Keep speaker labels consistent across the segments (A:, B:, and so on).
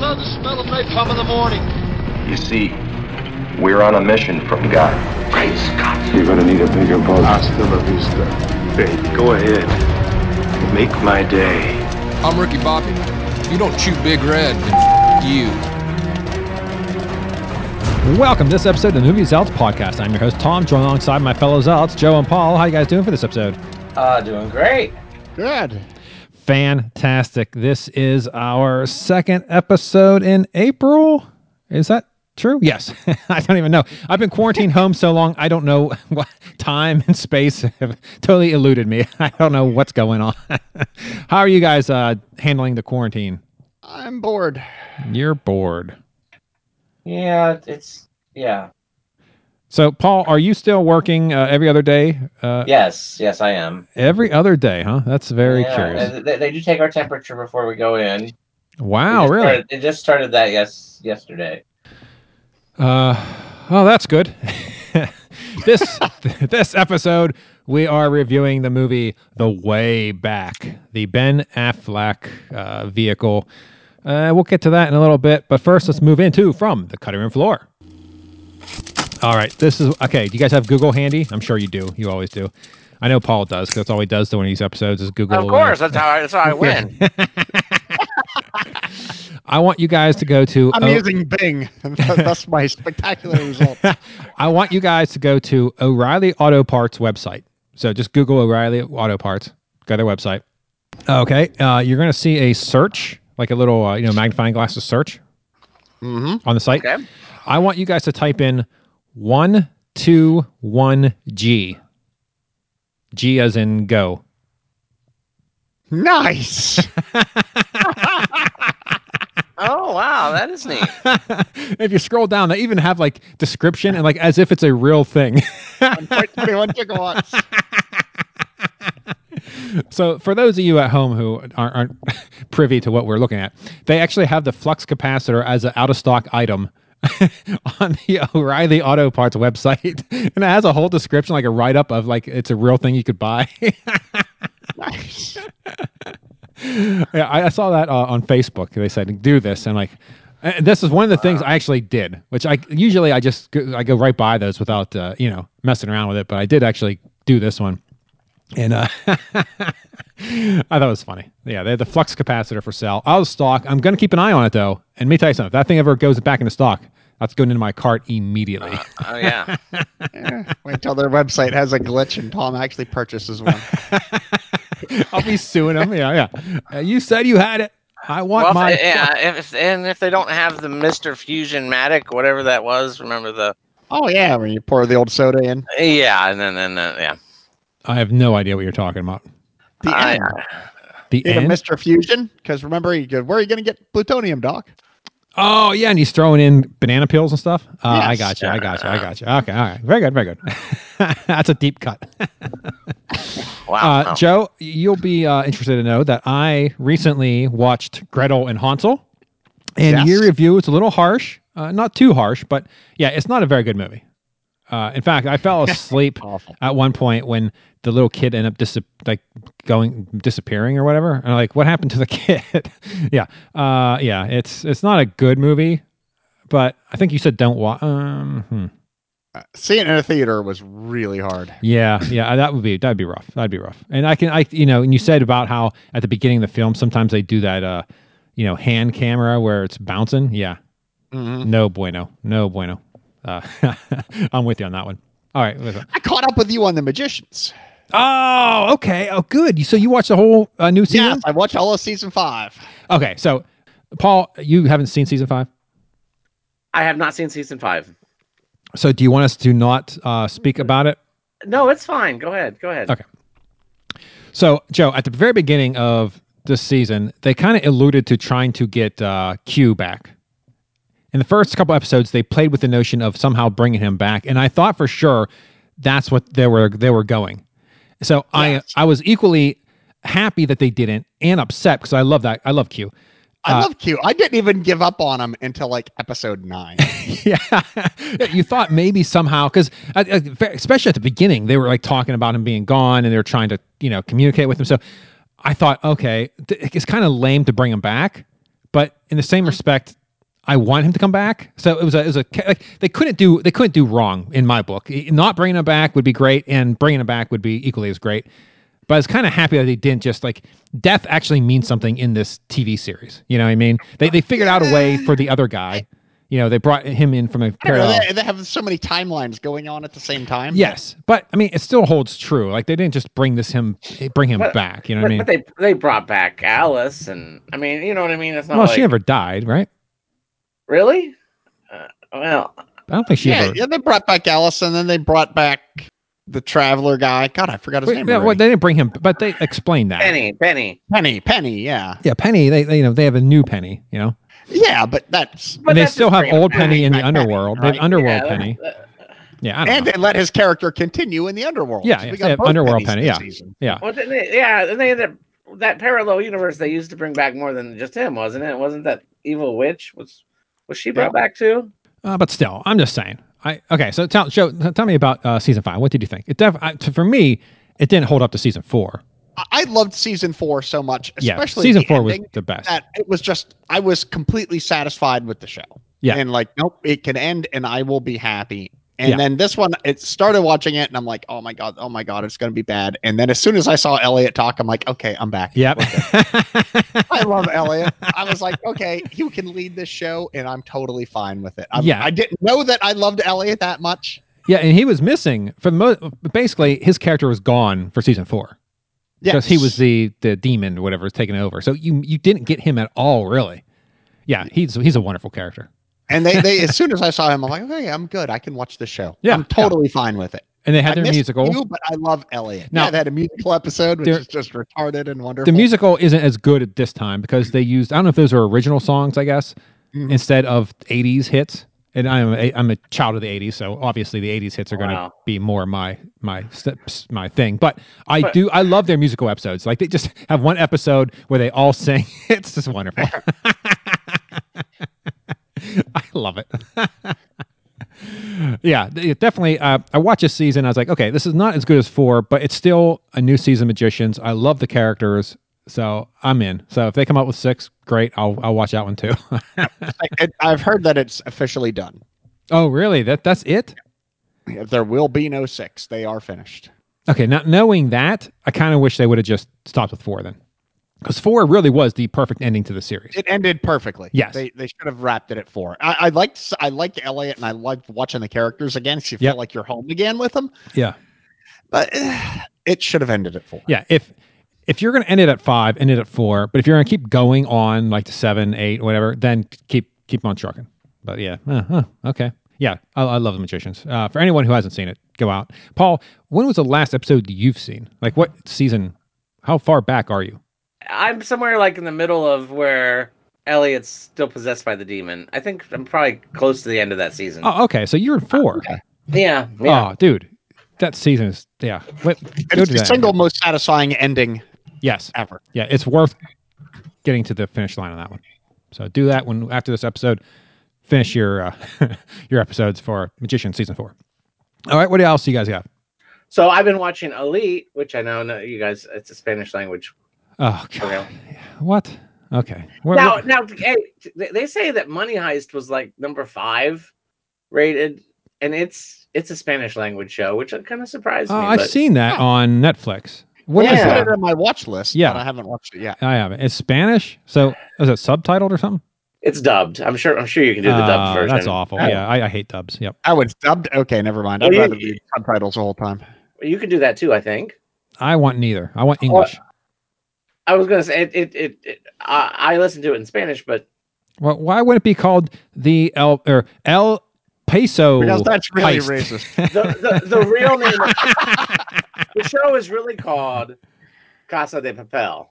A: love the smell of napalm in the morning.
B: You see, we're on a mission from God.
C: Great Scott.
D: You're gonna need a bigger boat.
E: Hasta la vista,
F: baby. Go ahead. Make my day.
G: I'm Ricky Bobby. You don't chew big red, then f- you.
H: Welcome to this episode of the Movie Zealots podcast. I'm your host Tom, joined alongside my fellow zealots Joe and Paul. How you guys doing for this episode?
I: Uh, doing great.
E: Good.
H: Fantastic. This is our second episode in April. Is that true? Yes. I don't even know. I've been quarantined home so long, I don't know what time and space have totally eluded me. I don't know what's going on. How are you guys uh, handling the quarantine?
E: I'm bored.
H: You're bored.
I: Yeah, it's yeah.
H: So, Paul, are you still working uh, every other day? Uh,
I: yes, yes, I am.
H: Every other day, huh? That's very
I: Yeah,
H: curious.
I: uh, They, they do take our temperature before we go in. It
H: Wow,
I: just
H: Oh, really?
I: started- it just started that yes yesterday.
H: Uh, oh, that's good. this this episode, we are reviewing the movie The Way Back, the Ben Affleck uh, vehicle. Uh, we'll get to that in a little bit, but first, let's move into from the cutting room floor. All right, this is okay. Do you guys have Google handy? I'm sure you do. You always do. I know Paul does. 'cause That's all he does during these episodes is Google.
C: Of course, that's how I, that's how I win.
H: I want you guys to go to.
E: I'm
H: O-
E: using Bing. That's my spectacular result.
H: I want you guys to go to O'Reilly Auto Parts website. So just Google O'Reilly Auto Parts. Go to their website. Okay, uh, you're going to see a search, like a little uh, you know magnifying glass to search on the site.
C: Okay.
H: I want you guys to type in one two one G. G as in go.
E: Nice.
C: Oh wow, that is neat.
H: if you scroll down, they even have like description and like as if it's a real thing.
E: 1.21 gigawatts.
H: So, for those of you at home who aren't, aren't privy to what we're looking at, they actually have the flux capacitor as an out of stock item on the O'Reilly Auto Parts website, and it has a whole description, like a write up of like it's a real thing you could buy.
E: Nice.
H: yeah, I, I saw that uh, on Facebook. They said do this, and like. and this is one of the things I actually did, which I usually I just go, I go right by those without uh, you know messing around with it, but I did actually do this one, and uh, I thought it was funny. Yeah, they had the flux capacitor for sale out of stock. I'm gonna keep an eye on it though, and let me tell you something. If that thing ever goes back into stock, that's going into my cart immediately.
C: Oh yeah.
E: Yeah, Wait until their website has a glitch and Tom actually purchases one.
H: I'll be suing them. Yeah, yeah. Uh, you said you had it. I want
C: Well,
H: my.
C: if, yeah. If, and if they don't have the Mister Fusion Matic, whatever that was, remember the
E: Oh yeah, when you pour the old soda in.
C: yeah, and then then uh, yeah.
H: I have no idea what you're talking about.
E: The
C: I-
E: end.
H: The
E: You know,
H: end.
E: Mr. Fusion, because remember, you go, where are you going to get plutonium, Doc?
H: Oh yeah, and he's throwing in banana peels and stuff. Uh, I
E: Yes.
H: got you. I got you. I got you. Okay. All right. Very good. Very good. That's a deep cut.
C: Wow.
H: Uh,
C: wow.
H: Joe, you'll be uh, interested to know that I recently watched Gretel and Hansel, and
E: Yes.
H: your review was a little harsh. Uh, not too harsh, but yeah, it's not a very good movie. Uh, in fact, I fell asleep
E: Awful.
H: at one point when the little kid ended up dis- like going disappearing or whatever, and I'm like, what happened to the kid? yeah, uh, yeah, it's it's not a good movie, but I think you said don't watch. Um, hmm.
E: Seeing it in a theater was really hard.
H: Yeah, yeah, uh, that would be that'd be rough. That'd be rough. And I can, I you know, and you said about how at the beginning of the film sometimes they do that, uh, you know, hand camera where it's bouncing. Yeah,
E: Mhm.
H: no bueno, no bueno. Uh, I'm with you on that one. All right. listen.
E: I caught up with you on The Magicians.
H: Oh, okay. Oh, good. So you watched the whole uh, new
E: Yes,
H: season?
E: I watched all of season five.
H: Okay. So, Paul, you haven't seen season five.
I: I have not seen season five.
H: So, do you want us to not uh, speak about it?
I: No, it's fine. Go ahead. Go ahead.
H: Okay. So, Joe, at the very beginning of this season, they kind of alluded to trying to get uh, Q back. In the first couple episodes, they played with the notion of somehow bringing him back, and I thought for sure that's what they were they were going. So I I was equally happy that they didn't and upset because I love that I love Q.
E: I
H: Uh,
E: love Q. I didn't even give up on him until like episode nine.
H: yeah, you thought maybe somehow because especially at the beginning they were like talking about him being gone and they were trying to you know communicate with him. So I thought, okay, th- it's kind of lame to bring him back, But in the same respect, I want him to come back. So it was a it was a ca- like they couldn't do they couldn't do wrong in my book. E- Not bringing him back would be great, and bringing him back would be equally as great. But I was kind of happy that they didn't just like death actually means something in this TV series. You know what I mean? They they figured out a way for the other guy. You know, they brought him in from a
E: I don't know,
H: parallel.
E: they, they have so many timelines going on at the same time.
H: Yes, but I mean, it still holds true. Like they didn't just bring this him bring him
I: But-
H: back. You know
I: but,
H: what I mean?
I: but they they brought back Alice, and I mean, you know what I mean. It's not
H: well,
I: like
H: she never died, right?
I: really. Uh, well,
H: I don't think she
E: yeah,
H: ever.
E: yeah, they brought back Alice, and then they brought back the traveler guy. God, I forgot his
H: Wait,
E: name.
H: no, well,
E: already.
H: they didn't bring him, but they explained that.
I: Penny, Penny.
E: Penny, Penny, yeah,
H: Yeah, Penny. They, they you know they have a new Penny. You know,
E: yeah, but that's
I: But
H: and they
I: that's
H: still
I: just
H: have
I: bringing
H: old
I: back-
H: Penny in the
E: back Penny,
H: underworld. They have
E: right?
H: underworld
I: Yeah,
H: Penny.
I: that-
H: Yeah, I don't
E: and
H: know.
E: they let his character continue in the underworld.
H: Yeah,
E: So
H: yeah,
E: we
H: they have
E: got both
H: underworld
E: Pennies
H: Penny,
E: this
H: yeah.
E: season.
H: yeah,
I: Well, didn't they, yeah, and they ended up that parallel universe they used to bring back more than just him, wasn't it? Wasn't that evil witch was was she brought back too?
H: uh, but still, I'm just saying. I okay. So tell show, tell me about uh, season five. What did you think? It def- I, to, for me, it didn't hold up to season four.
E: I- I loved season four so much,
H: Yeah,
E: especially
H: season
E: the
H: four
E: ending,
H: was the best.
E: that it was just I was completely satisfied with the show.
H: Yeah.
E: and like, nope, it can end, and I will be happy. And
H: Yeah.
E: then this one, it started watching it, and I'm like, oh my god, oh my god, it's gonna be bad. And then as soon as I saw Elliot talk, I'm like, okay, I'm back.
H: Yep.
E: I love Elliot. I was like, okay, you can lead this show, and I'm totally fine with it. I'm,
H: Yeah.
E: I didn't know that I loved Elliot that much.
H: Yeah, and he was missing for the most. Basically, his character was gone for season four because he was the the demon, whatever, is taking over. So you you didn't get him at all, really. Yeah, he's he's a wonderful character.
E: and they, they as soon as I saw him, I'm like, okay, I'm good. I can watch the show.
H: Yeah,
E: I'm totally fine with it.
H: And they had
E: I
H: their
E: missed
H: musical.
E: you, but I love Elliot.
H: Now-
E: yeah, they had a musical episode, which
H: There-
E: is just retarded and wonderful.
H: The musical isn't as good at this time because they used I don't know if those are original songs, I guess,
E: Mhm.
H: instead of '80s hits. And I'm a, I'm a child of the '80s, so obviously the '80s hits are going to
I: Wow.
H: be more my my steps my thing. But I
I: But-
H: do I love their musical episodes. Like they just have one episode where they all sing. It's just wonderful. I love it. yeah, th- it definitely. Uh, I watched this season. I was like, okay, this is not as good as four, but it's still a new season. of Magicians. I love the characters, so I'm in. So if they come out with six, great. I'll I'll watch that one too.
E: I, it, I've heard that it's officially done.
H: oh, really? That that's it.
E: If There will be no six. They are finished.
H: Okay, not knowing that, I kind of wish they would have just stopped with four then, because four really was the perfect ending to the series.
E: It ended perfectly.
H: Yes.
E: they, they should have wrapped it at four. I, I liked I liked Elliot, and I liked watching the characters again. So you
H: Yep.
E: feel like you're home again with them.
H: yeah,
E: But eh, it should have ended at four.
H: yeah. If if you're going to end it at five, end it at four. But if you're going to keep going on like to seven, eight, whatever, then keep keep on trucking. But yeah, uh, huh, okay, yeah. I, I love the magicians. Uh, for anyone who hasn't seen it, go out. Paul, when was the last episode you've seen? Like what season? How far back are you?
I: I'm somewhere like in the middle of where Elliot's still possessed by the demon. I think I'm probably close to the end of that season.
H: Oh, okay. So you're in four.
I: yeah, yeah.
H: Oh, dude, that season is yeah. Wait, go to
E: It's the
H: that.
E: single most satisfying ending
H: Yes.
E: ever.
H: yeah, it's worth getting to the finish line on that one. So do that when after this episode, finish your uh, your episodes for Magician season four. All right, what else you guys got?
I: So I've been watching Elite, which I know, know you guys. It's a Spanish language.
H: Oh
I: program.
H: god, what? Okay, Where-
I: now,
H: where-
I: now, hey, they- they say that Money Heist was like number five rated, and it's it's a Spanish language show, which kind of surprised
H: oh,
I: me.
H: I've
I: but-
H: seen that on Netflix. What is
E: I
I: Yeah.
E: put
H: that?
E: it on my watch list.
H: Yeah.
E: but I haven't watched it yet.
H: I have it. It's Spanish, so is it subtitled or something?
I: It's dubbed. I'm sure. I'm sure you can do the
H: Oh,
I: dubbed version.
H: That's awful. Yeah, I, I hate dubs. Yep.
E: Oh, it's dubbed. Okay, never mind. I'd
I: Well, you-
E: rather read subtitles the whole time.
I: You can do that too. I think.
H: I want neither. I
I: Oh.
H: want English.
I: I was gonna say it. It. it, it I, I listened to it in Spanish, but
H: Well, why would it be called the El or El Peso?
E: Because that's really
H: Oh, heist?
E: racist.
I: the the, the real name of the show is really called Casa de Papel.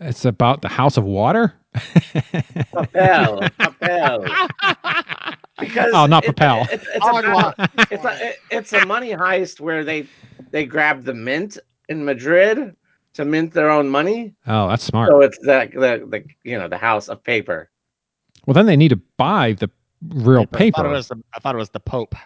H: It's about the House of Water.
I: Papel. Papel. Because
H: Oh, not
I: it-
H: papel.
I: it- it's,
E: Oh,
I: about- it's a it- it's a money heist where they they grab the mint in Madrid to mint their own money.
H: Oh, that's smart.
I: So it's the the, the you know the house of paper.
H: Well, then they need to buy the real
E: I
H: paper.
E: thought, it was the, I thought it was the Pope.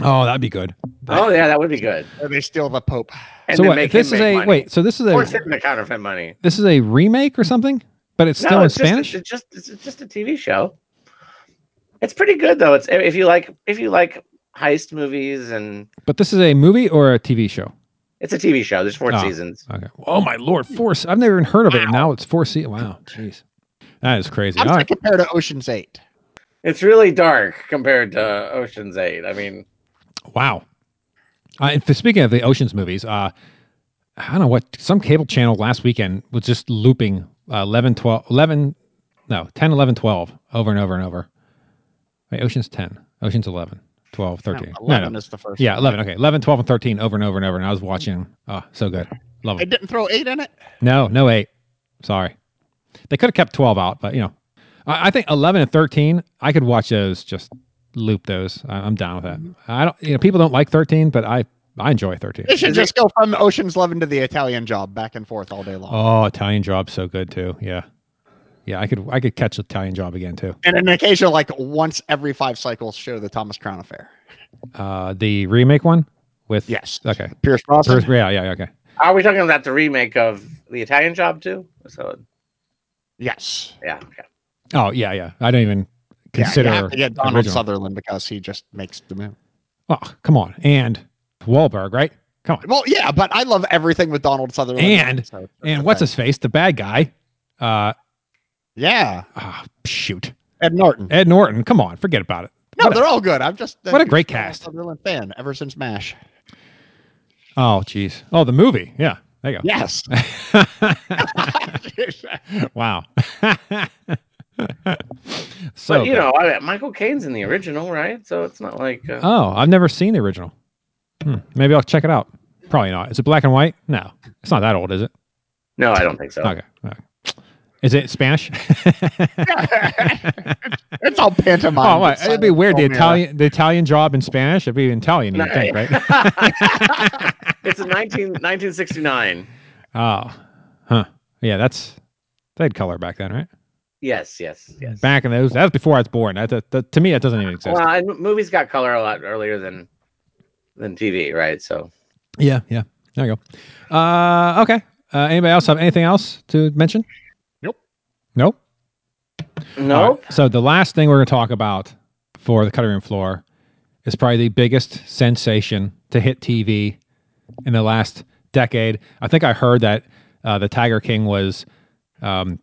H: oh, that'd be good.
I: Oh yeah, that would be good.
E: Or they steal the Pope.
I: And
H: so
I: then
H: what?
I: make
H: This
I: him
H: is
I: make
H: a
I: money.
H: wait. So this is
I: Or
H: a
I: send the counterfeit money.
H: this is a remake or something? but it's still in
I: it's just-
H: Spanish.
I: It's just it's just a TV show. It's pretty good though. It's if you like if you like heist movies and
H: but this is a movie or a TV show.
I: it's a TV show. There's four
H: Oh.
I: seasons.
H: Okay. Oh my lord, four. se- I've never even heard of it. and Now it's four seasons. Wow, jeez, that is crazy.
E: How
H: All
E: does
H: right.
E: that compare to Ocean's Eight?
I: It's really dark compared to Ocean's Eight. I mean,
H: Wow. Uh, and for- speaking of the oceans movies, uh, I don't know what some cable channel last weekend was just looping uh, 11, 12, 11, no, 10, 11, 12 over and over and over. Wait, oceans 10, oceans 11, 12, 13. No,
E: No, Eleven
H: no.
E: is the first.
H: Yeah, 11. Okay. 11, 12, and 13 over and over and over. And I was watching. Oh, so good. Love
E: It
H: it.
E: didn't throw eight in it.
H: No, no eight. Sorry. They could have kept 12 out, but you know, I, I think 11 and 13, I could watch those, just loop those. I, I'm down with that. I don't, you know, people don't like 13, but I, I enjoy 13.
E: They should just go from Ocean's Eleven to the Italian Job, back and forth all day long,
H: Oh, Italian job. So good too. Yeah. Yeah. I could, I could catch Italian job again too.
E: and an occasional like once every five cycles show the Thomas Crown Affair.
H: Uh, the remake one with,
E: Yes.
H: Okay.
E: Pierce Brosnan.
H: First- yeah. Yeah. Okay.
I: are we talking about the remake of The Italian Job too? So
E: Yes.
I: yeah, okay.
H: Oh, yeah. Yeah. I don't even
E: Yeah, you
H: consider
E: have to get Donald
H: original.
E: Sutherland because he just makes the move.
H: Oh, come on. And Wahlberg, right? Come on.
E: Well, yeah, but I love everything with Donald Sutherland.
H: And-
E: So it's
H: And
E: okay.
H: what's his face? The bad guy. Uh,
E: Yeah,
H: ah, shoot.
E: Ed Norton.
H: Ed Norton. Come on. Forget about it.
E: No,
H: What a-
E: they're all good. I'm just
H: what a great
E: Donald
H: cast.
E: Sutherland fan ever since Mash.
H: Oh, jeez. Oh, the movie. Yeah. There you go.
E: Yes.
H: wow. so,
I: But you
H: good.
I: know, I, Michael Caine's in the original, right? So it's not like uh,
H: oh, I've never seen the original. Hmm, maybe I'll check it out. Probably not. Is it black and white? No. It's not that old, is it?
I: no, I don't think so.
H: Okay. okay. Is it Spanish?
E: it's all pantomime.
H: Oh, what?
E: It's
H: it'd be
E: silent
H: weird. The
E: film era.
H: Italian, the Italian job in Spanish. It'd be Italian, you
I: No.
H: think, right?
I: It's in 19, 1969.
H: oh, huh. Yeah, that's they had color back then, right?
I: Yes, yes, yes.
H: Back in those, that was before I was born. That, that, that- to me, that doesn't even exist.
I: Well, and movies got color a lot earlier than than TV, right? So
H: yeah, yeah. There you go. Uh, okay. Uh, anybody else have anything else to mention?
E: Nope.
H: Nope. All
I: no,
H: right. So the last thing we're going to talk about for the cutting room floor is probably the biggest sensation to hit TV in the last decade. I think I heard that uh, the Tiger King was um,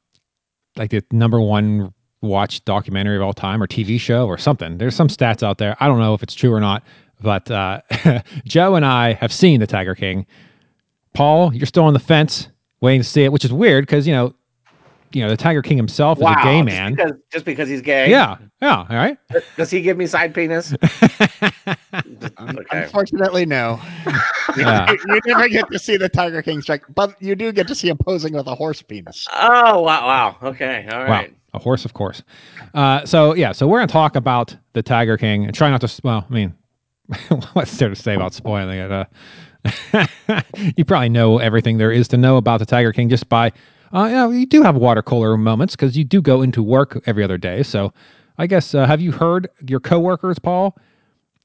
H: like the number one watched documentary of all time or TV show or something. There's some stats out there. I don't know if it's true or not, but uh, Joe and I have seen the Tiger King. Paul, you're still on the fence waiting to see it, which is weird because you know, you know, the Tiger King himself is a gay
I: just
H: man.
I: because, just because he's gay.
H: Yeah. Yeah. All right.
I: Does he give me side penis? okay.
E: Unfortunately, no.
H: Yeah.
E: You- you never get to see the Tiger King strike, but you do get to see him posing with a horse penis.
I: Oh wow, wow. Okay, all
H: Wow.
I: right.
H: A horse, of course. Uh, so, yeah. So, we're going to talk about the Tiger King and try not to, s- well, I mean, what's there to say about spoiling it? Uh, you probably know everything there is to know about the Tiger King just by, uh, you, know, you do have water cooler moments because you do go into work every other day. So, I guess, uh, have you heard your coworkers, Paul,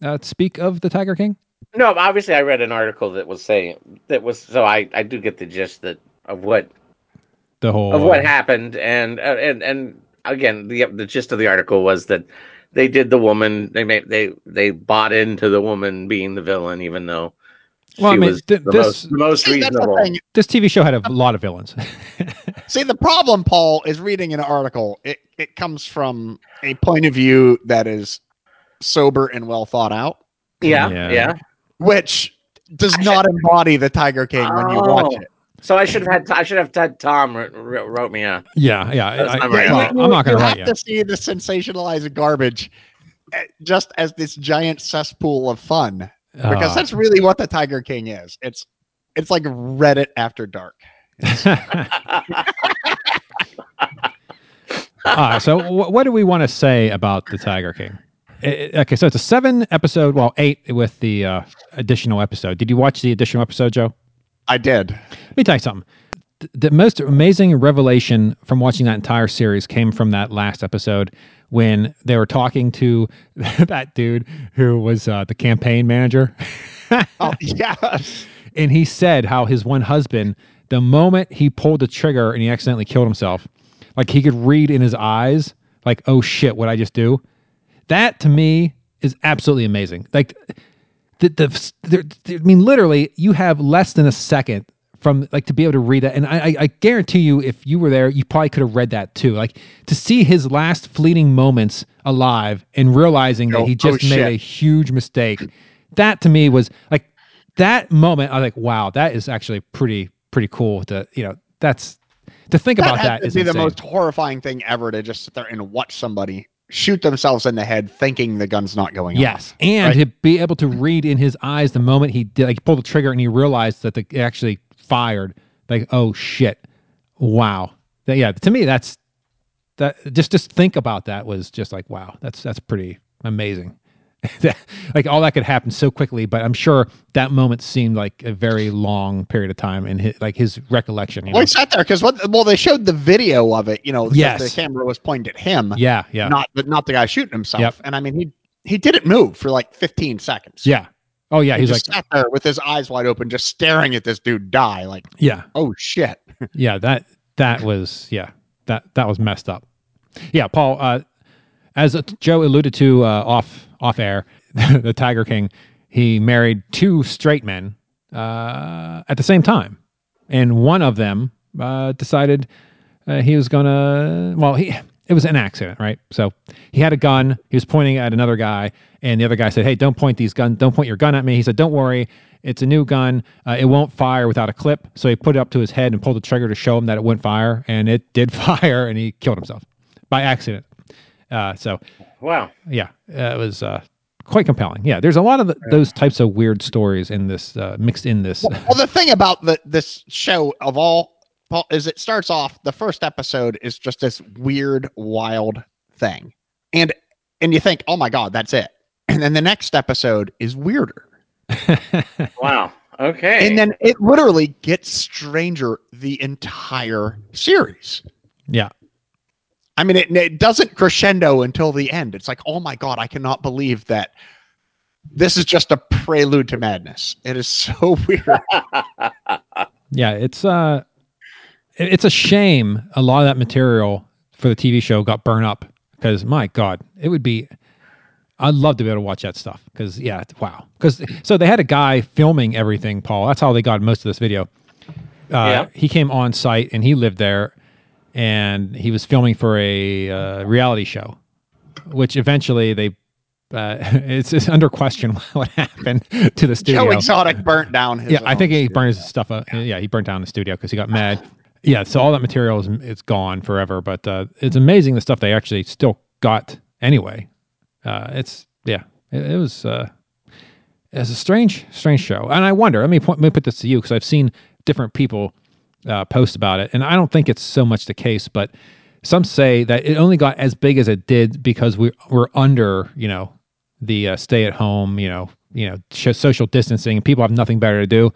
H: uh, speak of the Tiger King?
I: No, but obviously I read an article that was saying that was so I I do get the gist that of what
H: The whole.
I: of what
H: uh,
I: happened and uh, and and again the the gist of the article was that they did the woman they made they they bought into the woman being the villain even though
H: Well, I
I: she
H: mean,
I: was
H: th-
I: the
H: this-
I: most, the most
E: See, that's the
I: reasonable.
E: thing.
H: This TV show had a lot of villains.
E: See, the problem, Paul, is reading an article. It it comes from a point of view that is sober and well thought out,
I: Yeah,
H: Yeah.
I: yeah.
E: which does not embody the Tiger King when you watch
I: Oh.
E: it.
I: So I should have had I should have had Tom wr- wr- wrote me a
H: yeah. Yeah.
I: That's
H: I,
I: not
H: well,
I: very
E: You-
H: I'm not going to
E: you
H: write
E: have
H: you.
E: to see the sensationalized garbage eh, just as this giant cesspool of fun, because
H: Uh,
E: that's really what the Tiger King is. It's it's like Reddit after dark.
H: Ah, so wh- what do we want to say about the Tiger King? I- I- okay, so it's a seven episode, well, eight with the uh, additional episode. Did you watch the additional episode, Joe?
E: I did.
H: Let me tell you something. Th- The most amazing revelation from watching that entire series came from that last episode when they were talking to that dude who was uh, the campaign manager.
E: Oh yes.
H: and he said how his one husband, the moment he pulled the trigger and he accidentally killed himself, Like he could read in his eyes, like, oh shit, what I just do. That to me is absolutely amazing. Like the, the, the I mean, literally, you have less than a second from like to be able to read that. And I, I, I guarantee you, if you were there, you probably could have read that too. Like to see his last fleeting moments alive and realizing
E: Oh,
H: that he
E: oh,
H: just made
E: shit.
H: a huge mistake. That to me was like that moment. I was like, wow, that is actually pretty pretty cool. To you know, that's to think
E: That
H: about
E: has
H: that
E: to
H: is
E: be the
H: insane.
E: most horrifying thing ever to just sit there and watch somebody shoot themselves in the head thinking the gun's not going off.
H: Yes, and
E: Right.
H: to be able to read in his eyes the moment he did, like he pulled the trigger and he realized that the it actually fired. Like, oh shit, wow. That- yeah, to me that's that. Just just think about that was just like wow. That's that's pretty amazing. That- like all that could happen so quickly, but I'm sure that moment seemed like a very long period of time in his like his recollection. You know?
E: Well, he sat there because what? Well, they showed the video of it. You know, because
H: Yes.
E: the camera was pointed at him,
H: Yeah, yeah,
E: not the, not the guy shooting himself.
H: Yep.
E: And I mean, he he didn't move for like 15 seconds.
H: yeah. Oh yeah,
E: he
H: he's like
E: just sat there with his eyes wide open, just staring at this dude die. Like,
H: yeah.
E: oh shit!
H: yeah that that was yeah that that was messed up yeah paul uh as uh, joe alluded to uh off off air the tiger king he married two straight men uh at the same time and one of them uh decided uh, he was gonna well he it was an accident right so he had a gun he was pointing at another guy and the other guy said hey don't point these guns don't point your gun at me he said don't worry it's a new gun uh, it won't fire without a clip so he put it up to his head and pulled the trigger to show him that it wouldn't fire and it did fire and he killed himself by accident uh, so
I: Wow.
H: yeah, uh, it was uh, quite compelling. Yeah, there's a lot of th those types of weird stories in this uh, mixed in this.
E: Well, well, the thing about the this show of all Paul, is it starts off the first episode is just this weird, wild thing, and and you think, oh my god, that's it, and then the next episode is weirder.
I: Wow. Okay.
E: And then it literally gets stranger the entire series.
H: yeah,
E: I mean, it, it doesn't crescendo until the end. It's like, oh my God, I cannot believe that this is just a prelude to madness. It is so weird.
H: yeah, it's uh, it- it's a shame a lot of that material for the TV show got burned up because my God, it would be. I'd love to be able to watch that stuff because yeah, it's- wow. Because so they had a guy filming everything, Paul. That's how they got most of this video.
I: Yeah.
H: Uh, He came on site and he lived there, and he was filming for a uh, reality show, which eventually they. Uh, it's, it's under question what happened to the studio
E: Joe Exotic burnt down his.
H: yeah, I
E: own
H: think he
E: studio.
H: burns his stuff up. Yeah. he burnt down the studio because he got mad. Yeah, so all that material is it's gone forever. But uh, it's amazing the stuff they actually still got anyway. Uh, it's yeah, it, it was uh, it's a strange, strange show. And I wonder. Let me point, let me put this to you because I've seen different people uh, post about it, and I don't think it's so much the case, but some say that it only got as big as it did because we were under, you know, the uh, stay at home, you know, you know, sh- social distancing, and people have nothing better to do.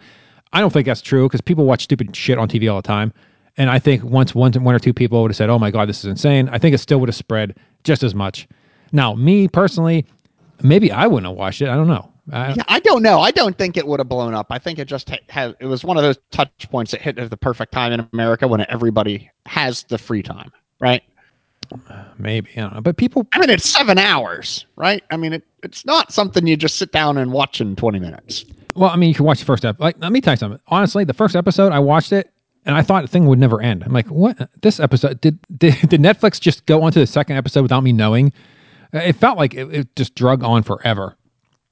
H: I don't think that's true because people watch stupid shit on TV all the time, and I think once one, one or two people would have said, "Oh my god, this is insane," I think it still would have spread just as much. Now, me personally, maybe I wouldn't have watched it. I don't know. I,
E: Yeah, I don't know. I don't think it would have blown up. I think it just ha- had. It was one of those touch points that hit at the perfect time in America when everybody has the free time, right?
H: Maybe I don't know. But people,
E: I mean, it's seven hours, right? I mean, it, it's not something you just sit down and watch in twenty minutes.
H: Well, I mean, you can watch the first episode. Like, let me tell you something. Honestly, the first episode, I watched it and I thought the thing would never end. I'm like, what? This episode did did, did Netflix just go on to the second episode without me knowing? Uh, It felt like it, it just drug on forever.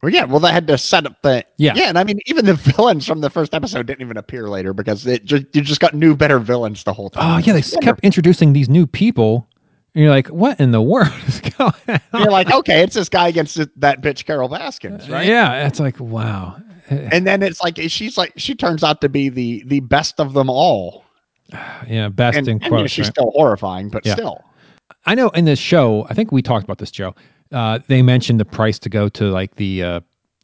E: Well, yeah. Well, they had to set up the
H: Yeah.
E: yeah, and I mean, even the villains from the first episode didn't even appear later because it just you just got new, better villains the whole
H: Oh
E: time.
H: yeah, they s- kept introducing these new people, and you're like, what in the world is going on?
E: And you're like, okay, it's this guy against th- that bitch Carol Baskins, right?
H: Yeah, it's like wow.
E: And then it's like she's like she turns out to be the the best of them all,
H: Yeah, best
E: and,
H: in
E: and, you know,
H: quotes.
E: she's
H: right?
E: still horrifying, but
H: Yeah.
E: still.
H: I know in this show, I think we talked about this, Joe. Uh, they mentioned the price to go to like the uh,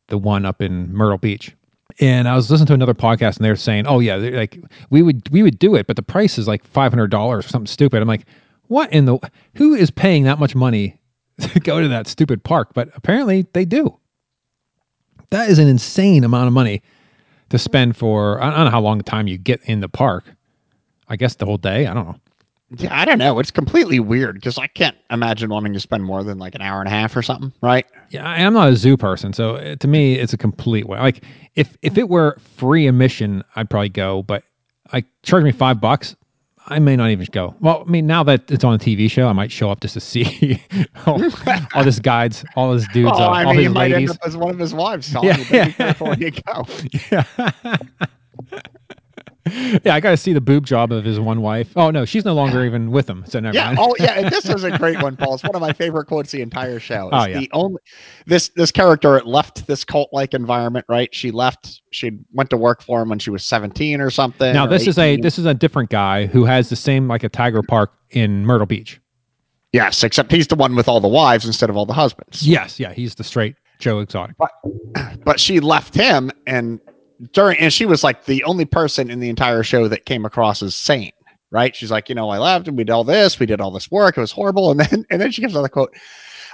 H: the one up in Myrtle Beach, and I was listening to another podcast, and they were saying, "Oh yeah, they're like we would we would do it, but the price is like five hundred dollars or something stupid." I'm like, "What in the? Who is paying that much money to go to that stupid park?" But apparently, they do. That is an insane amount of money to spend for. I I don't know how long the time you get in the park. I guess the whole day. I don't know.
E: yeah, I don't know. It's completely weird because I can't imagine wanting to spend more than like an hour and a half or something, right?
H: Yeah, I am not a zoo person, so uh, to me, it's a complete way. Like, if if it were free admission, I'd probably go. But like, charge me five bucks, I may not even go. Well, I mean, now that it's on a TV show, I might show up just to see all, all this guides, all his dudes,
E: oh,
H: uh,
E: I
H: all
E: mean, he
H: his
E: might end
H: ladies.
E: up as one of his wives. Telling
H: Yeah,
E: you, better be
H: yeah.
E: careful when you go.
H: yeah, I got to see the boob job of his one wife. Oh no, she's no longer even with him. So never
E: Yeah.
H: mind.
E: Oh, yeah. And this was a great one, Paul. It's one of my favorite quotes the entire show. It's
H: Oh, yeah.
E: The only this this character left this cult like environment, right? She left. She went to work for him when she was seventeen or something.
H: Now
E: or
H: this is a
E: 18.
H: this is a different guy who has the same like a tiger park in Myrtle Beach.
E: yes, except he's the one with all the wives instead of all the husbands.
H: Yes, yeah, he's the straight Joe Exotic.
E: But she left him, and during and she was like the only person in the entire show that came across as sane. Right? She's like, you know, I left and we did all this, we did all this work, it was horrible. And then and then she gives another quote.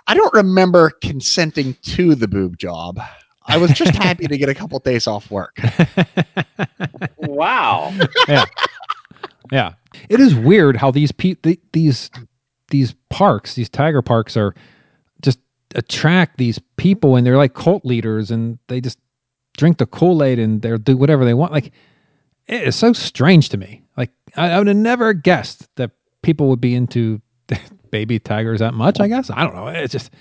E: I don't remember consenting to the boob job. I was just happy to get a couple days off work.
I: Wow.
H: Yeah, it is weird how these pe- the, these these parks, these tiger parks, are just attract these people, and they're like cult leaders, and they just drink the Kool Aid and they will do whatever they want. Like it is so strange to me. Like I, I would have never guessed that people would be into baby tigers that much. I guess I don't know. It's just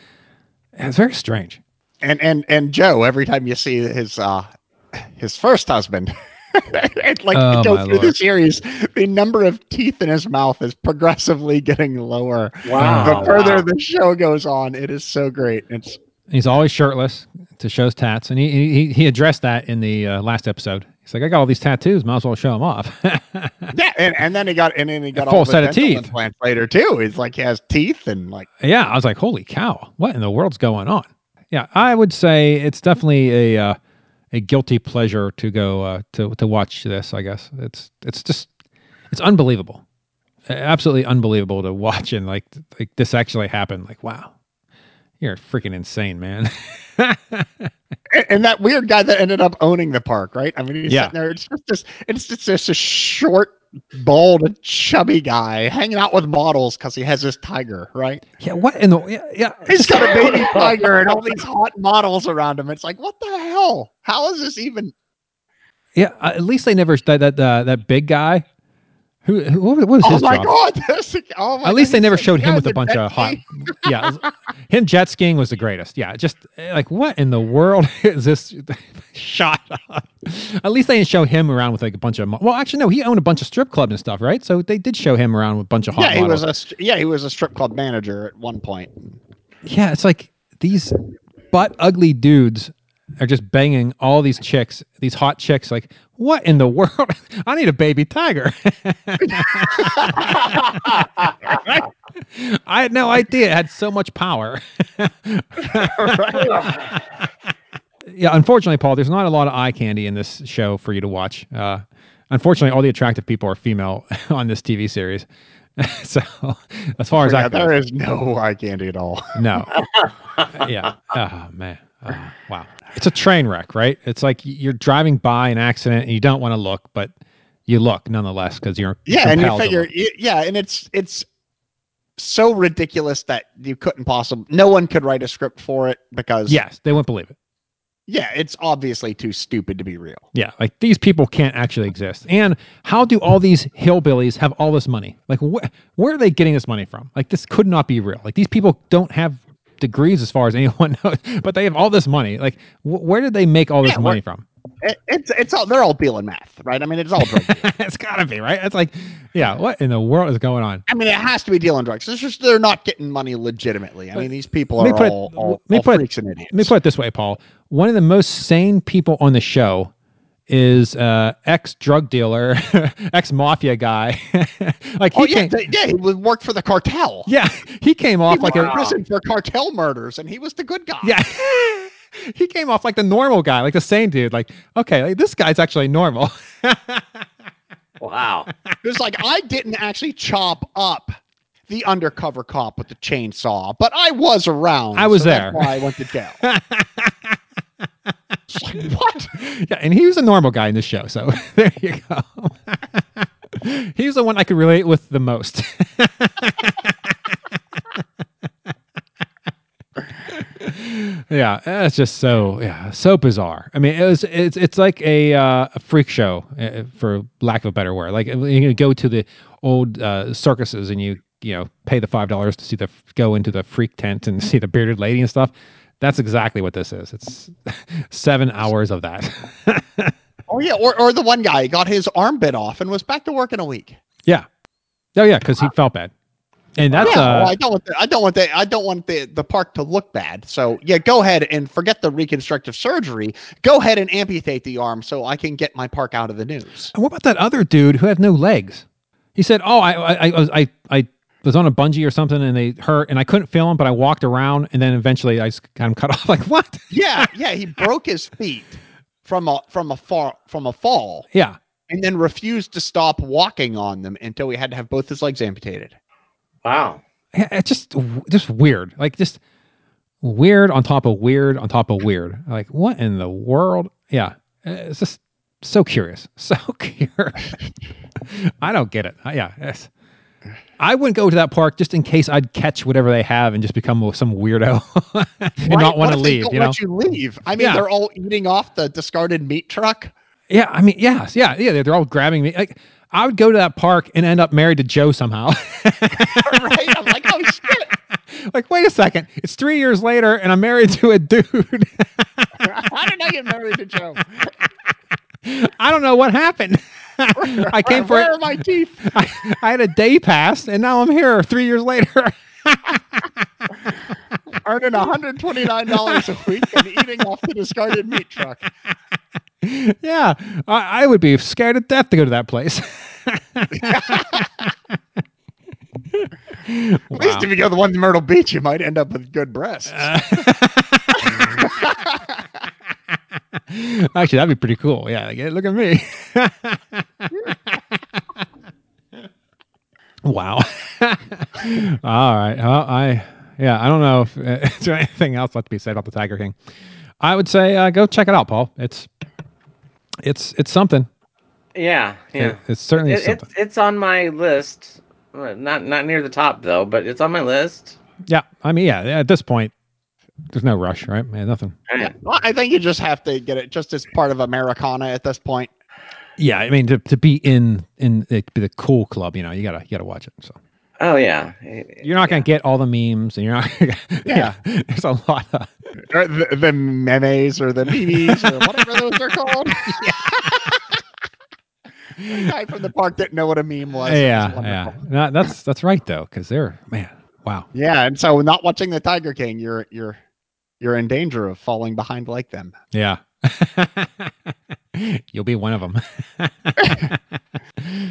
H: it's very strange.
E: And and and Joe, every time you see his uh his first husband, it, like
H: Oh,
E: you go
H: my
E: through the
H: Lord.
E: series, the number of teeth in his mouth is progressively getting lower.
I: Wow.
H: Oh,
E: the further
I: Wow.
E: the show goes on, it is so great. It's
H: He's always shirtless to show his tats, and he he, he addressed that in the uh, last episode. He's like, "I got all these tattoos, might as well show them off."
E: yeah, and, and then he got and then he got
H: A full
E: all the
H: set of
E: dental
H: teeth.
E: implants later too. He's like he has teeth and like
H: yeah, I was like, "Holy cow, what in the world's going on?" Yeah, I would say it's definitely a uh, a guilty pleasure to go uh, to to watch this. I guess it's it's just it's unbelievable, Uh, absolutely unbelievable to watch and like like this actually happened. Like, wow, you're freaking insane, man.
E: and, and that weird guy that ended up owning the park, right? I mean, he's
H: Yeah.
E: sitting there. It's just this. It's just this short, bald, chubby guy hanging out with models because he has this tiger, right?
H: yeah, what in the yeah, yeah
E: He's got a baby tiger and all these hot models around him. It's like, what the hell? How is this even?
H: Yeah, uh, at least they never that that uh, that big guy. Who, who what, what is
E: Oh
H: his
E: my
H: job?
E: god! That's the- oh my
H: At least
E: God,
H: they never
E: he's-
H: showed him
E: yeah,
H: with a
E: the
H: bunch
E: jet
H: of hot.
E: ski.
H: Yeah, it was- him jet skiing was the greatest. Yeah, just uh, like what in the world is this shot? Up? At least they didn't show him around with like a bunch of. mo- Well, actually, no, he owned a bunch of strip clubs and stuff, right? So they did show him around with a bunch of hot.
E: Yeah, he
H: models.
E: was a str- yeah he was a strip club manager at one point.
H: Yeah, it's like these butt ugly dudes are just banging all these chicks, these hot chicks. Like, what in the world? I need a baby tiger. I had no idea it had so much power. yeah, unfortunately, Paul, there's not a lot of eye candy in this show for you to watch. Uh, unfortunately, all the attractive people are female on this TV series. so, as far as
E: Yeah,
H: that goes,
E: there is no eye candy at all.
H: no. yeah. Oh man. Oh, wow. It's a train wreck, right? It's like you're driving by an accident and you don't want to look, but you look nonetheless because you're
E: yeah and you
H: compelled to
E: figure
H: look.
E: y- yeah and it's it's so ridiculous that you couldn't possibly no one could write a script for it because
H: Yes, they won't believe it.
E: yeah it's obviously too stupid to be real
H: Yeah, like these people can't actually exist. And how do all these hillbillies have all this money? Like, wh- where are they getting this money from? Like, this could not be real. Like, these people don't have degrees as far as anyone knows, but they have all this money. Like, wh- where did they make all this
E: Yeah, where-
H: money from?
E: It- it's it's all they're all dealing math right i mean it's all drug dealing.
H: it's gotta be right. It's like, yeah, what in the world is going on?
E: i mean it has to be dealing drugs it's just they're not getting money legitimately i mean these people
H: Let
E: are
H: me put it-
E: all, all,
H: let me
E: all
H: put it-
E: freaks and idiots
H: Let me put it this way, Paul. One of the most sane people on the show is uh, ex drug dealer, ex mafia guy. like he
E: oh yeah
H: came,
E: they, yeah he would work for the cartel
H: yeah, he came
E: he
H: off
E: was
H: like
E: in
H: a
E: prison for cartel murders and he was the good guy
H: yeah. he came off like the normal guy, like the sane dude. Like okay, like, this guy's actually normal.
I: Wow.
E: It's like I didn't actually chop up the undercover cop with the chainsaw, but I was around.
H: I was
E: so that's
H: there.
E: why I went to jail. It's like, what?
H: yeah, and he was a normal guy in the show. So there you go. He's the one I could relate with the most. yeah, eh, it's just so yeah, so bizarre. I mean, it was it's it's like a, uh, a freak show uh, for lack of a better word. Like you go to the old uh, circuses and you you know pay the five dollars to see the go into the freak tent and see the bearded lady and stuff. That's exactly what this is. It's seven hours of that.
E: Oh yeah, or, or the one guy got his arm bit off and was back to work in a week.
H: yeah. Oh yeah, because he felt bad, and that's
E: yeah,
H: uh,
E: well, I don't want the, I don't want the I don't want the, the park to look bad. So yeah, go ahead and forget the reconstructive surgery. Go ahead and amputate the arm so I can get my park out of the news.
H: And what about that other dude who had no legs? He said, "Oh, I, I, I was, I, I was on a bungee or something, and they hurt, and I couldn't feel him, but I walked around, and then eventually I just got him cut off. Like what?
E: Yeah, yeah, he broke his feet from a from a far from a fall
H: Yeah,
E: and then refused to stop walking on them until he had to have both his legs amputated.
I: Wow.
H: Yeah, it's just, just weird. Like just weird on top of weird on top of weird. Like what in the world? Yeah, uh, it's just so curious, so curious. I don't get it. Uh, Yeah, it's- I wouldn't go to that park just in case I'd catch whatever they have and just become some weirdo and
E: Right?
H: not want
E: What
H: to
E: if they
H: leave.
E: don't
H: You know,
E: let you leave. I mean,
H: Yeah.
E: they're all eating off the discarded meat truck.
H: Yeah, I mean, yes, yeah, yeah. They're, they're all grabbing me. Like, I would go to that park and end up married to Joe somehow.
E: right? I'm like, oh shit.
H: like, wait a second, it's three years later, and I'm married to a dude.
E: How did I get married to Joe?
H: I don't know what happened. I came for
E: Where
H: it.
E: are my teeth?
H: I, I had a day pass, and now I'm here three years later.
E: earning $129 a week and eating off the discarded meat truck.
H: yeah, I, I would be scared to death to go to that place.
E: At least if you go the one to Myrtle Beach, you might end up with good breasts.
H: Uh. Actually, that'd be pretty cool. Yeah, like, hey, look at me. wow. All right. Well, I yeah, I don't know if uh, is there anything else left to be said about the Tiger King. I would say uh, go check it out, Paul. It's it's it's something.
I: Yeah. Yeah.
H: It- it's certainly
I: It, it,
H: something.
I: it's on my list. Uh, Not not near the top though, but it's on my list.
H: yeah. I mean, yeah. At this point, there's no rush, right? Man, nothing.
I: Yeah.
E: Well, I think you just have to get it just as part of Americana at this point.
H: Yeah. I mean, to, to be in in the, be the cool club, you know, you gotta you gotta watch it. So.
I: Oh yeah.
H: You're not going to get all the memes, and you're not. yeah, there's a lot of.
E: Or the, the memes or the memes or whatever those are called. the guy from the park didn't know what a meme was. It was
H: yeah, yeah.
E: wonderful.
H: No, that's that's right though, because they're man, wow.
E: Yeah, and so not watching the Tiger King, you're you're you're in danger of falling behind like them.
H: Yeah, you'll be one of them.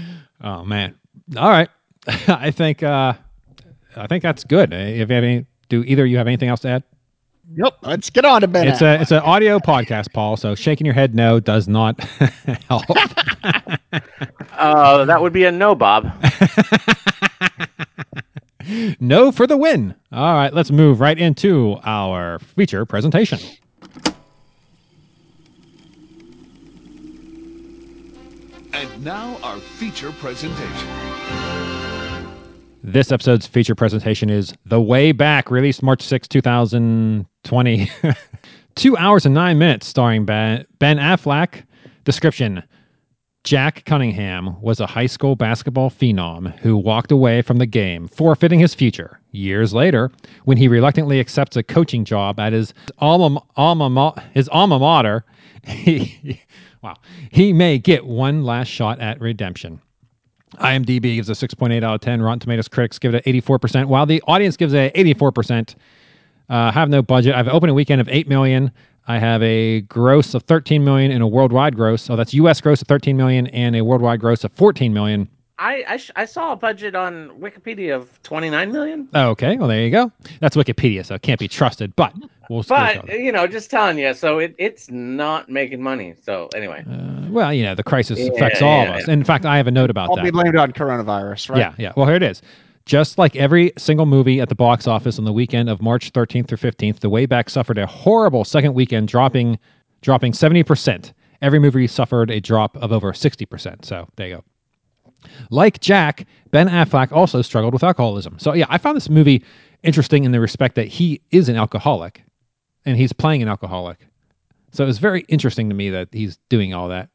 H: oh man! All right, I think uh I think that's good. Uh, If you have any, do either of you have anything else to add?
E: Yep. Let's get on to Ben.
H: It's a it's an audio podcast, Paul. So shaking your head no does not help.
I: Oh, that would be a no, Bob.
H: no for the win. All right, let's move right into our feature presentation.
D: And now our feature presentation.
H: This episode's feature presentation is The Way Back, released March 6, 2020. Two hours and nine minutes, starring Ben, ben Affleck. Description Jack Cunningham was a high school basketball phenom who walked away from the game, forfeiting his future years later when he reluctantly accepts a coaching job at his alma, alma, ma- his alma mater. He, wow. He may get one last shot at redemption. IMDb gives a 6.8 out of 10. Rotten Tomatoes critics give it an 84%, while the audience gives it an 84%. Uh, have no budget. I've opened a weekend of 8 million. I have a gross of 13 million and a worldwide gross. So that's US gross of 13 million and a worldwide gross of 14 million.
I: I I, sh- I saw a budget on Wikipedia of 29 million.
H: Oh, Okay, well, there you go. That's Wikipedia, so it can't be trusted, but we'll
I: But you know, just telling you, so it, it's not making money. So anyway,
H: Uh, well, you know, the crisis
I: Yeah,
H: affects all of
I: yeah,
H: us. And in fact, I have a note about
E: I'll
H: that.
E: be blamed on coronavirus, right?
H: Yeah, yeah. Well, here it is. Just like every single movie at the box office on the weekend of March 13th through 15th, The Way Back suffered a horrible second weekend, dropping dropping 70%. Every movie suffered a drop of over 60%. So there you go. Like Jack, Ben Affleck also struggled with alcoholism. So yeah, I found this movie interesting in the respect that he is an alcoholic and he's playing an alcoholic. So it was very interesting to me that he's doing all that.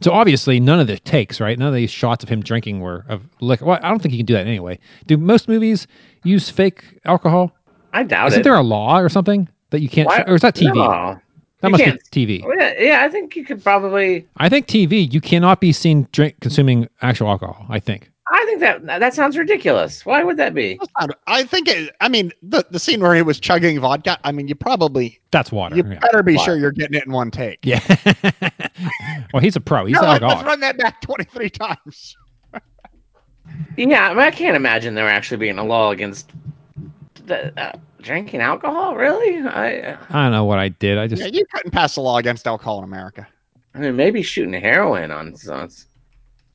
H: So obviously none of the takes, right? None of these shots of him drinking were of liquor. Well, I don't think you can do that anyway. Do most movies use fake alcohol?
I: I doubt
H: Isn't
I: it.
H: there a law or something that you can't
I: Why-
H: show, or is that TV?
I: No.
H: That
I: you
H: must
I: can't.
H: be TV.
I: Well, Yeah, yeah, I think you could probably.
H: I think TV, you cannot be seen drink consuming actual alcohol, I think.
I: I think that that sounds ridiculous. Why would that be?
E: That's not- I think it, I mean the, the scene where he was chugging vodka. I mean, you probably
H: That's water.
E: you
H: yeah.
E: better be
I: Water.
E: sure you're getting it in one take.
H: Yeah. well, he's a pro. He's "Oh,
E: No,
H: an
E: let's
H: alcoholic.
E: run that back twenty three times.
I: Yeah, I, mean, I can't imagine there actually being a law against the, uh, drinking alcohol. Really? I, uh,
H: I don't know what I did. I just
E: Yeah, you couldn't pass a law against alcohol in America.
I: I mean, maybe shooting heroin on stunts,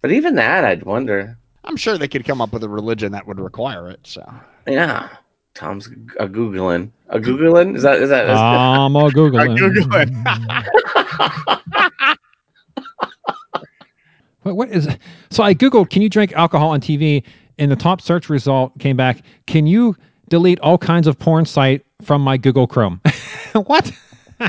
I: but even that, I'd wonder.
E: I'm sure they could come up with a religion that would require it. So
I: Yeah, Tom's a googling. A googling? Is that is that?
H: I'm a
E: I
H: googling.
E: Google it.
I: Mm-hmm.
H: What, what is? So I googled, can you drink alcohol on TV? And the top search result came back, can you delete all kinds of porn site from my Google Chrome? what?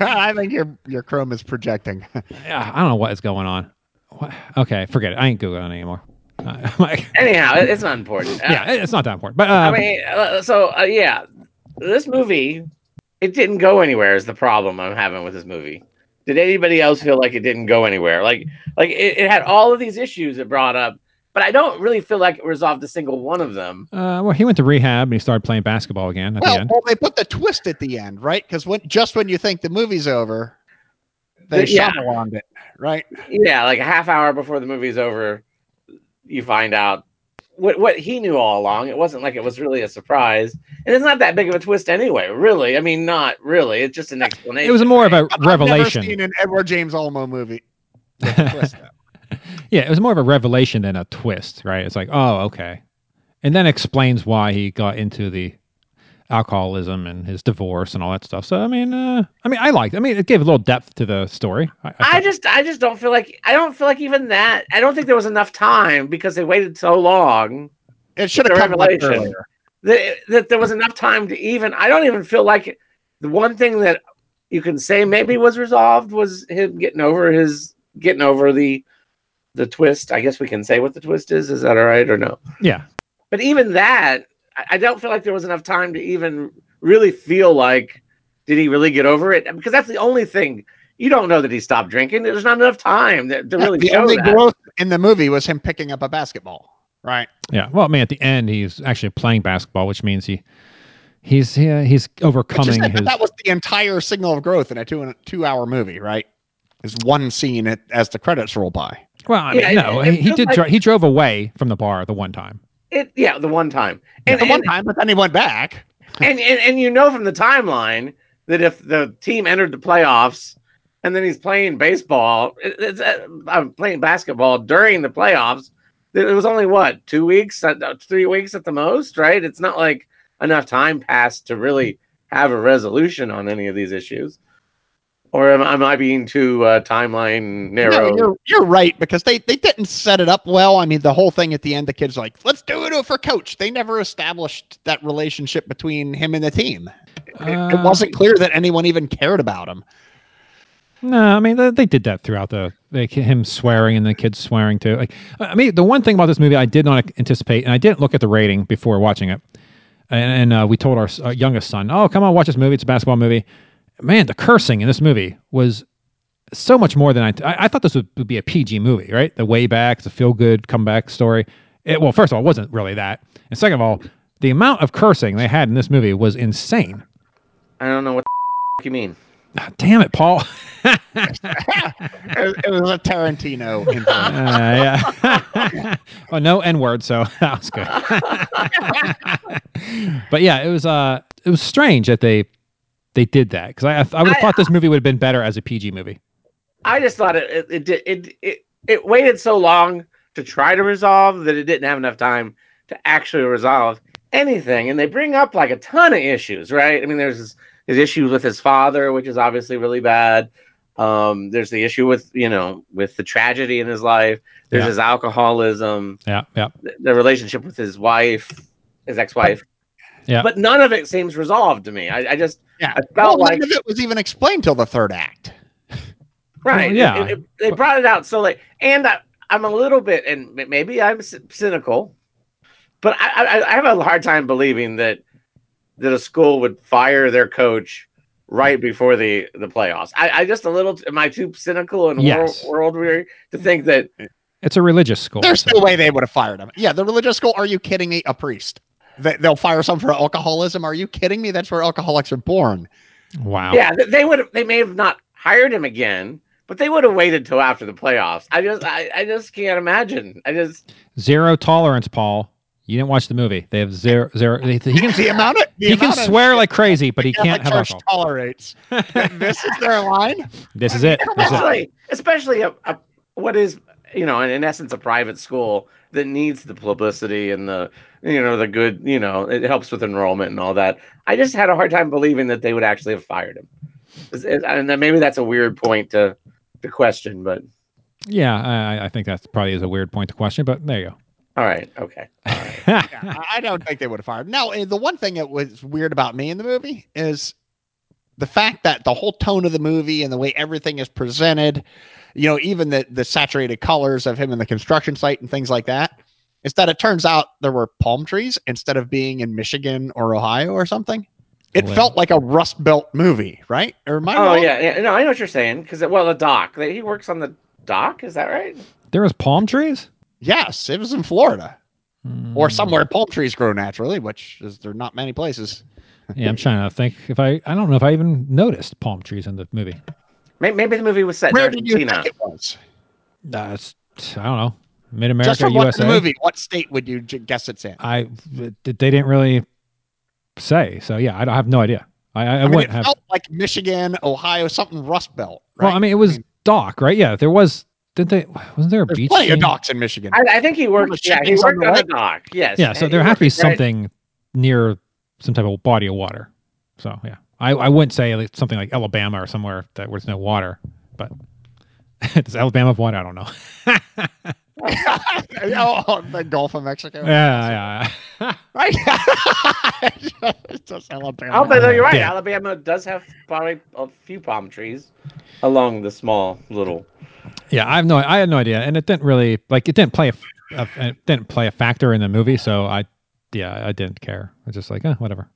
E: I think your your Chrome is projecting.
H: Yeah, I don't know what is going on. What? Okay, forget it. I ain't googling anymore. Uh, like,
I: anyhow, it- it's not important. Uh,
H: yeah, it's not that important. But uh,
I: I mean, uh, so uh, yeah, this movie, it didn't go anywhere. Is the problem I'm having with this movie? Did anybody else feel like it didn't go anywhere? Like, like it, it had all of these issues it brought up, but I don't really feel like it resolved a single one of them.
H: uh, well, he went to rehab and he started playing basketball again at the
E: Well,
H: end.
E: well, they put the twist at the end, right? Because when just when you think the movie's over, they
I: Yeah.
E: shyamalaned it, right?
I: Yeah, like a half hour before the movie's over, you find out what what he knew all along. It wasn't like it was really a surprise, and it's not that big of a twist anyway. Really, I mean, not really. It's just an explanation.
H: It was more of a
E: I've never
H: revelation.
E: seen an Edward James Olmo movie. with a twist, though.
H: Yeah, it was more of a revelation than a twist, right? It's like, oh, okay. And then explains why he got into the alcoholism and his divorce and all that stuff. So I mean, uh, I mean, I liked. I mean, it gave a little depth to the story. I, I
I: I
H: thought-
I: just, I just don't feel like I don't feel like even that. I don't think there was enough time because they waited so long
E: it should
I: The
E: have come like
I: revelation.
E: earlier.
I: that that there was enough time to even. I don't even feel like the one thing that you can say maybe was resolved was him getting over his getting over the the twist. I guess we can say what the twist is. Is that all right or no?
H: yeah,
I: but even that, I- I don't feel like there was enough time to even really feel like, did he really get over it? Because that's the only thing you don't know that he stopped drinking. There's not enough time that, to really
E: the
I: show
E: only
I: that.
E: growth in the movie was him picking up a basketball, right?
H: yeah. Well, I mean, at the end, he's actually playing basketball, which means he he's yeah, he's
E: Which is
H: overcoming
E: it,
H: his.
E: but that was the entire signal of growth in a two two hour movie, right? Is one scene at, as the credits roll by.
H: well, I mean,
I: Yeah, it-
H: no,
I: it
H: he, he
I: feels
H: did.
I: like-
H: dri- he drove away from the bar the one time.
I: It, yeah, the one time, and
E: And, the one
I: and,
E: time, but then he went back.
I: and, and and you know from the timeline that if the team entered the playoffs and then he's playing baseball, it, it's, uh, I'm playing basketball during the playoffs. It was only what two weeks, uh, uh, three weeks at the most, right? It's not like enough time passed to really have a resolution on any of these issues. Or am, am I being too uh, timeline narrow?
E: No, you're, you're right because they, they didn't set it up well. I mean, the whole thing at the end, the kid's like, "Let's do it for coach." They never established that relationship between him and the team. It- it
H: Uh,
E: wasn't clear that anyone even cared about him.
H: No, I mean they, they did that throughout the like him swearing and the kids swearing too. Like I mean the one thing about this movie I did not anticipate, and I didn't look at the rating before watching it. And, and uh, we told our, s- our youngest son, "Oh, come on, watch this movie. It's a basketball movie." Man, the cursing in this movie was so much more than I. I, I thought this would, would be a PG movie, right? The way back, it's a feel good comeback story. It, well, first of all, it wasn't really that, and second of all, the amount of cursing they had in this movie was insane.
I: I don't know what the you mean.
H: Ah, damn it, Paul.
E: it, it was a Tarantino. influence.
H: Uh, yeah. well, Oh, no N word, so that was good. but yeah, it was uh, it was strange that they they did that because I I would have
I: I-
H: thought this movie would have been better as a PG movie.
I: I just thought it it it did- it it, it waited so long to try to resolve that it didn't have enough time to actually resolve anything. And they bring up like a ton of issues, right? I mean, there's his, his issues with his father, which is obviously really bad. Um, there's the issue with you know with the tragedy in his life. There's
H: Yeah.
I: his alcoholism,
H: Yeah, yeah.
I: th- the relationship with his wife, his ex-wife.
H: Yeah.
I: But none of it seems resolved to me. I, I just
E: Yeah.
I: I felt
E: Well,
I: like
E: none of it was even explained till the third act.
I: right.
H: Well, yeah.
I: it- it- they brought it out so late, and I, I'm a little bit, and m- maybe I'm c- cynical, but I, I, I have a hard time believing that that a school would fire their coach right before the the playoffs. I, I just a little. Am I too cynical and
H: Yes.
I: world weary to think that?
H: It's a religious school.
E: There's
H: so-
E: no way they would have fired him. Yeah, the religious school. Are you kidding me? A priest. They, they'll fire some for alcoholism. Are you kidding me? That's where alcoholics are born.
H: Wow.
I: Yeah, th- they would. They may have not hired him again, but they would have waited till after the playoffs. I just, I, I just can't imagine. I just,
H: Zero tolerance, Paul. You didn't watch the movie. They have zero zero. They, he can
E: The amount of the
H: he can
E: amount of
H: swear like crazy, but he can't
E: Catholic
H: have
E: Church
H: alcohol.
E: tolerates. this is their line.
H: This is it. This is it.
I: especially, especially a, a what is, you know, in, in essence, a private school that needs the publicity and the, you know, the good, you know, it helps with enrollment and all that. I just had a hard time believing that they would actually have fired him, Is- is- and then maybe that's a weird point to, to question. But
H: Yeah, I, I- I think that's probably is a weird point to question, but there you
I: all right, okay.
H: go.
E: I I don't think they would have fired. him. Now, eh, the one thing that was weird about me in the movie is the fact that the whole tone of the movie and the way everything is presented, you know, even the the saturated colors of him in the construction site and things like that, is that it turns out there were palm trees instead of being in Michigan or Ohio or something. It
H: Well-
E: felt like a Rust Belt movie, right? Or am I
I: Oh
E: wrong?
I: yeah, yeah, no, I know what you're saying because well, the doc, he works on the dock. Is that right?
H: there was palm trees
E: Yes, it was in Florida or
H: Mm,
E: somewhere palm trees grow naturally, which is there are not many places.
H: Yeah, I'm trying to think if I. I don't know if I even noticed palm trees in the movie.
I: Maybe, maybe the movie was set
E: Where
I: in
E: did you
I: Argentina.
E: think it was?
H: That's I don't know. Mid
E: just
H: America,
E: from watching
H: USA.
E: the movie, what state would you j- guess it's in?
H: I th- they didn't really say. So yeah, I, don't, I have no idea. I, I, I,
E: I mean,
H: wouldn't
E: it
H: have.
E: felt like Michigan, Ohio, something Rust Belt. Right?
H: Well, I mean, it was dock, right? Yeah, there was. Didn't they? Wasn't there a
E: there's
H: beach?
E: plenty of
H: scene?
E: docks in Michigan.
I: I, I think he worked. Yeah, he
E: Shipping's on
I: worked
E: the
I: on the
E: right.
I: dock. Yes.
H: Yeah, so
I: He
H: there had to be
I: worked- right.
H: something near some type of body of water. So yeah, I, I wouldn't say like something like Alabama or somewhere that where there's no water, but does Alabama have water? I don't know.
E: oh, oh, the Gulf of Mexico.
H: yeah, yeah.
E: Right? It's just Alabama.
I: Oh, but no, you're right.
H: Yeah.
I: Alabama does have probably a few palm trees along the small little.
H: Yeah, I have no, I had no idea, and it didn't really like it didn't play a, a it didn't play a factor in the movie, so I, yeah, I didn't care. I was just like, eh, whatever.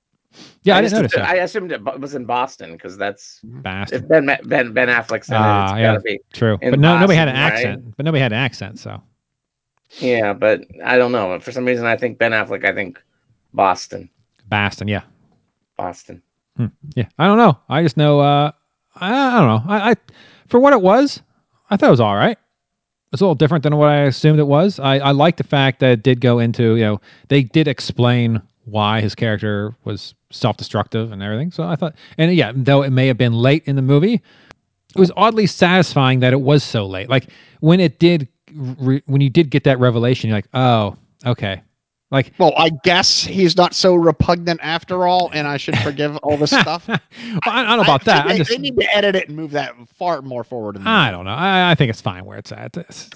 H: Yeah, I, didn't
I: just
H: notice
I: assumed-
H: that.
I: I assumed it bu- was in Boston because that's if
H: Bastard.
I: Ben Ma- Ben Ben Affleck's in it. It's
H: Ah, yeah.
I: gotta be.
H: True,
I: in
H: but no, nobody had an
I: Boston, right?
H: accent. But nobody had an accent, so
I: Yeah, but I don't know. For some reason, I think Ben Affleck. I think Boston,
H: Boston. Yeah,
I: Boston.
H: Yeah, I don't know. I just know. Uh, I, I don't know. I, I for what it was, I thought it was all right. It's a little different than what I assumed it was. I, I like the fact that it did go into you know they did explain why his character was self-destructive and everything. So I thought, and yeah, though it may have been late in the movie, it was oddly satisfying that it was so late. Like when it did, re, when you did get that revelation, you're like, oh, okay. Like
E: Well, I guess he's not so repugnant after all, and I should forgive all this stuff.
H: well, I, I don't know about
E: I- I
H: that.
E: think
H: I'm
E: They,
H: just Ah,
E: they need to edit it and move that far more forward. In the
H: I don't know. I, I think it's fine where it's at. It's-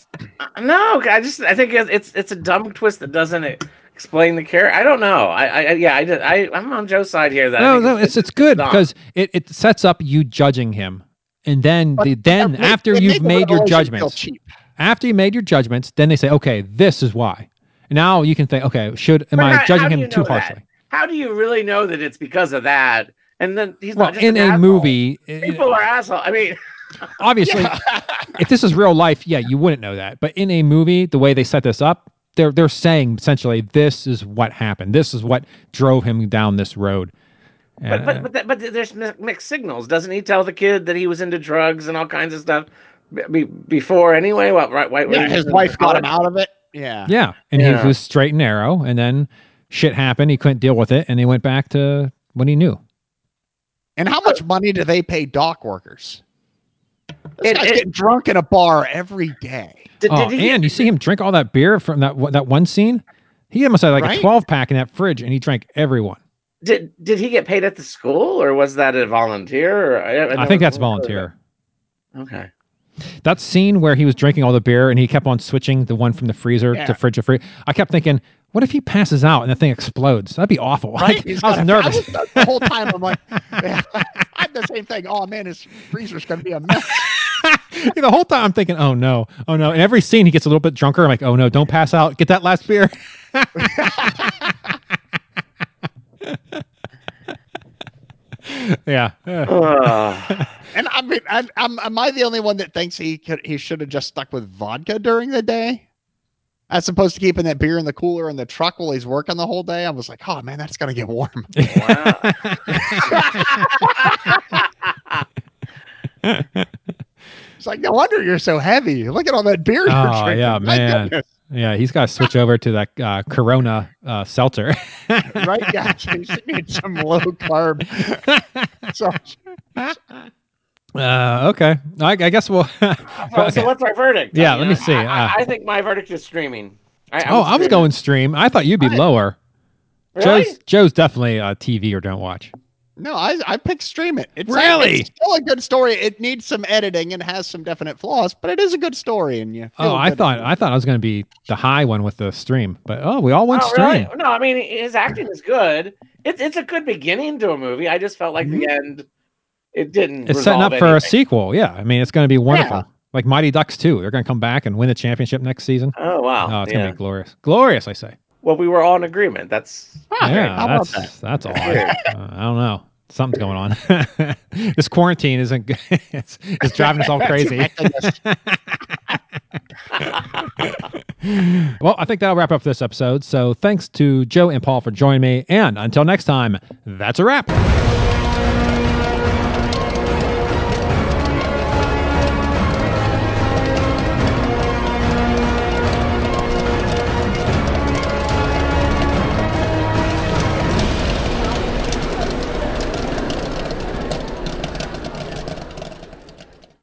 I: No, I just I think it's it's, it's a dumb twist that doesn't e- explain the character. I don't know. I, I I- yeah, I just, I I'm on Joe's side here. That I
H: no,
I: think
H: no, it's it's good
I: dumb.
H: because it, it sets up you judging him, and then
E: But
H: the, then
E: They make-
H: after
E: they
H: you've made
E: make
H: your
E: Revelation feel
H: judgments,
E: cheap.
H: after you made your judgments, then they say, okay, this is why. Now you can think, okay, should am
I: But how-
H: I
I: how
H: judging
I: do
H: him
I: you
H: too
I: know that?
H: harshly?
I: How do you really know that it's because of that? And then he's
H: Well,
I: not just
H: in
I: an
H: a
I: asshole.
H: movie, i-
I: People are asshole. I mean,
H: obviously, if this is real life, yeah, you wouldn't know that. But in a movie, the way they set this up, they're they're saying essentially this is what happened. This is what drove him down this road.
I: but
H: And, uh,
I: but but, that, but there's mi- mixed signals. Doesn't he tell the kid that he was into drugs and all kinds of stuff be- be- before anyway? What right? Why,
E: Yeah, his wife got him out of it. Yeah.
H: Yeah, and
I: Yeah.
H: he was straight and narrow, and then shit happened. He couldn't deal with it, and he went back to when he knew.
E: And how much money do they pay dock workers? This
I: It-
E: guy's
I: it-
E: getting drunk in a bar every day.
I: Did,
H: oh,
I: did he,
H: and you see him drink all that beer from that one- that one scene. He almost had like
E: Right?
H: a twelve pack in that fridge, and he drank everyone.
I: did did he get paid at the school or was that a volunteer? Or, I,
H: I think that's volunteer.
I: Okay.
H: That scene where he was drinking all the beer and he kept on switching the one from the freezer
E: Yeah.
H: to fridge to fridge. I kept thinking, what if he passes out and the thing explodes? That'd be awful.
E: Right?
H: Like, I was nervous.
E: I was- the whole time I'm like, yeah, I'm the same thing. Oh man, his freezer's gonna be a mess.
H: Yeah, the whole time I'm thinking, oh no, oh no. And every scene he gets a little bit drunker. I'm like, oh no, don't pass out. Get that last beer. yeah. Uh,
I: Ugh.
E: And I mean, I, I'm, am I the only one that thinks he could he should have just stuck with vodka during the day, as opposed to keeping that beer in the cooler in the truck while he's working the whole day? I was like, oh man, that's gonna get warm.
I: wow.
E: It's like no wonder you're so heavy. Look at all that beer. You're
H: Oh,
E: drinking.
H: yeah,
E: My
H: man.
E: goodness.
H: yeah. He's got to switch over to that uh, Corona uh, seltzer.
E: right? Yeah, she needs some low carb. So
H: Uh, okay. I, I guess we'll.
I: Well,
H: okay.
I: So what's my verdict?
H: Yeah, let me see.
I: I, I-
H: Uh,
I: I think my verdict is streaming. I,
H: Oh, I was
I: streaming.
H: going stream. I thought you'd be lower.
I: Really?
H: Joe's Joe's definitely uh, TV or don't watch.
E: no, I I pick stream it. It's
H: Really?
E: it's still a good story. It needs some editing and has some definite flaws, but it is a good story. And you.
H: Oh,
E: feel
H: I
E: good
H: thought
E: about
H: I thought I was going to be the high one with the stream, but oh, we all went
I: Oh,
H: stream.
I: really? No, I mean his acting is good. It's it's a good beginning to a movie. I just felt like the end, it didn't.
H: Mm-hmm. It's setting up
I: resolve
H: for a
I: anything.
H: sequel. Yeah, I mean it's going to be wonderful.
E: Yeah.
H: Like Mighty Ducks too. They're going to come back and win the championship next season.
I: Oh
H: Oh,
I: wow!
H: it's
I: yeah.
H: going to be glorious, glorious. I say.
I: Well, we were all in agreement. That's
E: it.
H: yeah,
E: Oh, Ah, How about
H: that's that's all. I, uh, I don't know. Something's going on. this quarantine isn't. good. it's, it's driving us all crazy. well, I think that'll wrap up this episode. So thanks to Joe and Paul for joining me. And until next time, that's a wrap.